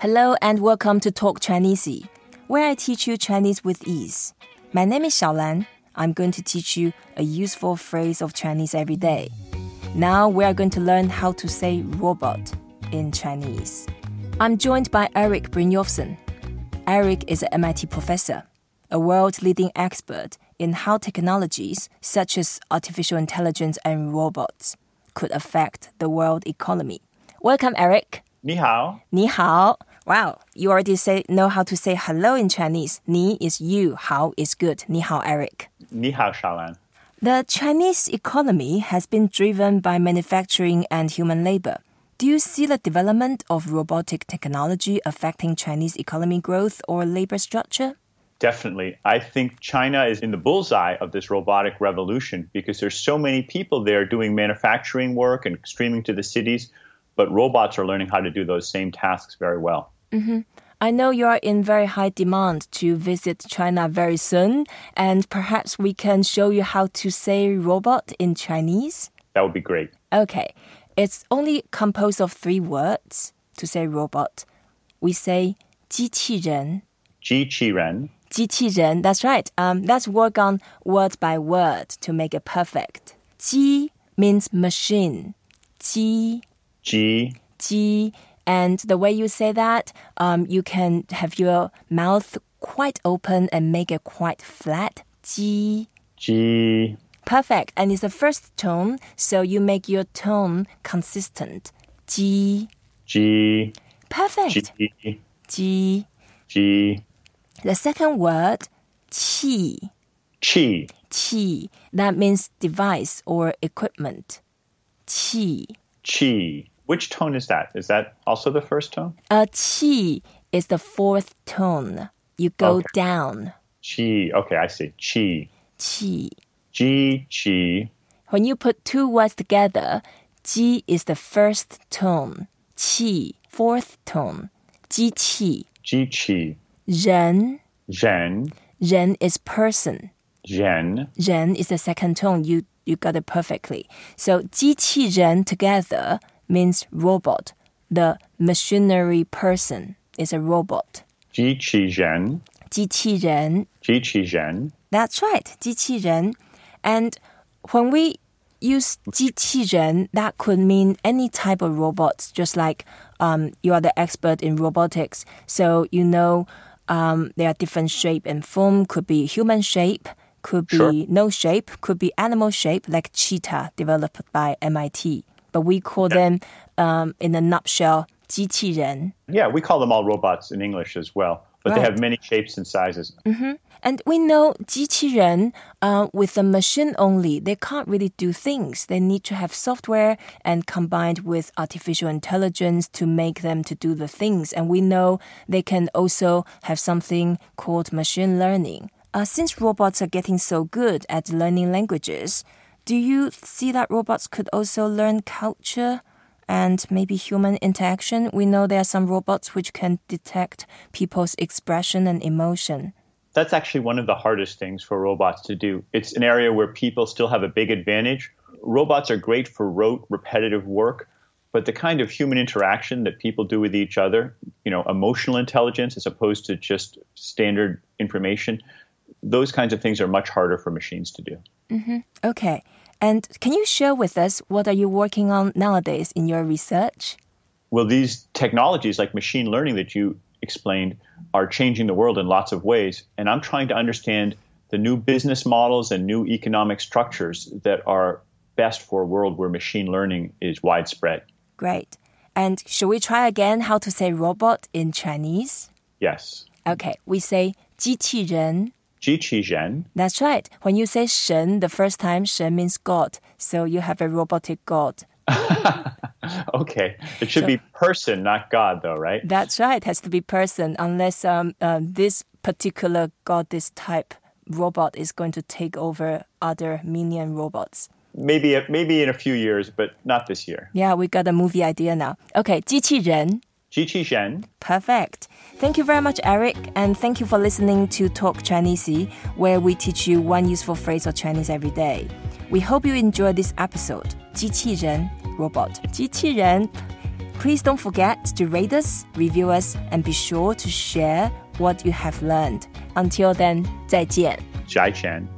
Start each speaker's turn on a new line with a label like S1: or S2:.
S1: Hello and welcome to Talk Chinese, where I teach you Chinese with ease. My name is Xiaolan. I'm going to teach you a useful phrase of Chinese every day. Now we are going to learn how to say robot in Chinese. I'm joined by Eric Brynjolfsson. Eric is an MIT professor, a world-leading expert in how technologies such as artificial intelligence and robots could affect the world economy. Welcome, Eric.
S2: 你好，
S1: 你好. Wow, you already say know how to say hello in Chinese. 你 is you, 好 is good. 你好, Eric.
S2: 你好，小兰。
S1: The Chinese economy has been driven by manufacturing and human labor. Do you see the development of robotic technology affecting Chinese economy growth or labor structure?
S2: Definitely. I think China is in the bullseye of this robotic revolution because there's so many people there doing manufacturing work and streaming to the cities, but robots are learning how to do those same tasks very well.
S1: I know you are in very high demand to visit China very soon, and perhaps we can show you how to say robot in Chinese.
S2: That would be great.
S1: Okay, it's only composed of three words to say robot. We say 机器人,
S2: 机器人，
S1: 机器人, that's right. Um, let's work on word by word to make it perfect. 机 means machine. 机
S2: 机
S1: G. And the way you say that, um, you can have your mouth quite open and make it quite flat. G.
S2: 机
S1: Perfect. And it's the first tone, so you make your tone consistent. G.
S2: 机
S1: Perfect.
S2: 机
S1: G.
S2: 机
S1: The second word, qi.
S2: 气
S1: Qi. That means device or equipment. Qi.
S2: chi. Which tone is that? Is that also the first tone?
S1: A qi is the fourth tone. You go
S2: Okay.
S1: down.
S2: Chi. Okay, I see. Chi.
S1: Qi.
S2: Ji chi.
S1: When you put two words together, G is the first tone, qi, fourth tone, 机器,
S2: Ji chi.
S1: 人,
S2: Zhen.
S1: 人 is person,
S2: Zhen.
S1: 人 is the second tone. You you got it perfectly. So 机器人 together means robot. The machinery person is a robot.
S2: Ji chi zhen.
S1: 机器人
S2: Ji chi zhen.
S1: That's right, 机器人. And when we use 机器人, that could mean any type of robots, just like um, you are the expert in robotics. So you know um, there are different shape and form, could be human shape, could be
S2: Sure.
S1: no shape, could be animal shape, like cheetah developed by MIT. But we call them, um, in a nutshell, 机器人.
S2: Yeah, we call them all robots in English as well, but they
S1: Right.
S2: have many shapes and sizes.
S1: And we know 机器人 uh, with a machine only, they can't really do things. They need to have software and combined with artificial intelligence to make them to do the things. And we know they can also have something called machine learning. Uh, since robots are getting so good at learning languages, do you see that robots could also learn culture and maybe human interaction? We know there are some robots which can detect people's expression and emotion.
S2: That's actually one of the hardest things for robots to do. It's an area where people still have a big advantage. Robots are great for rote, repetitive work, but the kind of human interaction that people do with each other, you know, emotional intelligence as opposed to just standard information, those kinds of things are much harder for machines to do.
S1: Okay. And can you share with us what are you working on nowadays in your research?
S2: well, these technologies like machine learning that you explained are changing the world in lots of ways. And I'm trying to understand the new business models and new economic structures that are best for a world where machine learning is widespread.
S1: Great. And should we try again how to say robot in Chinese?
S2: Yes.
S1: Okay, we say 机器人.
S2: Ji Qi Zhen.
S1: That's right. When you say 神 the first time, 神 means God. So you have a robotic God.
S2: Okay. It should be person, not God, though, right?
S1: That's right. Has to be person unless um, uh, this particular goddess type robot is going to take over other minion robots.
S2: Maybe, maybe in a few years, but not this year.
S1: Yeah, we got a movie idea now. Okay, 机器人.
S2: Ji Qi Zhen.
S1: Perfect. Thank you very much, Eric, and thank you for listening to Talk Chinese, where we teach you one useful phrase of Chinese every day. We hope you enjoyed this episode. 机器人 robot 机器人 Please don't forget to rate us, review us, and be sure to share what you have learned. Until then, 再见.
S2: Jai Chen.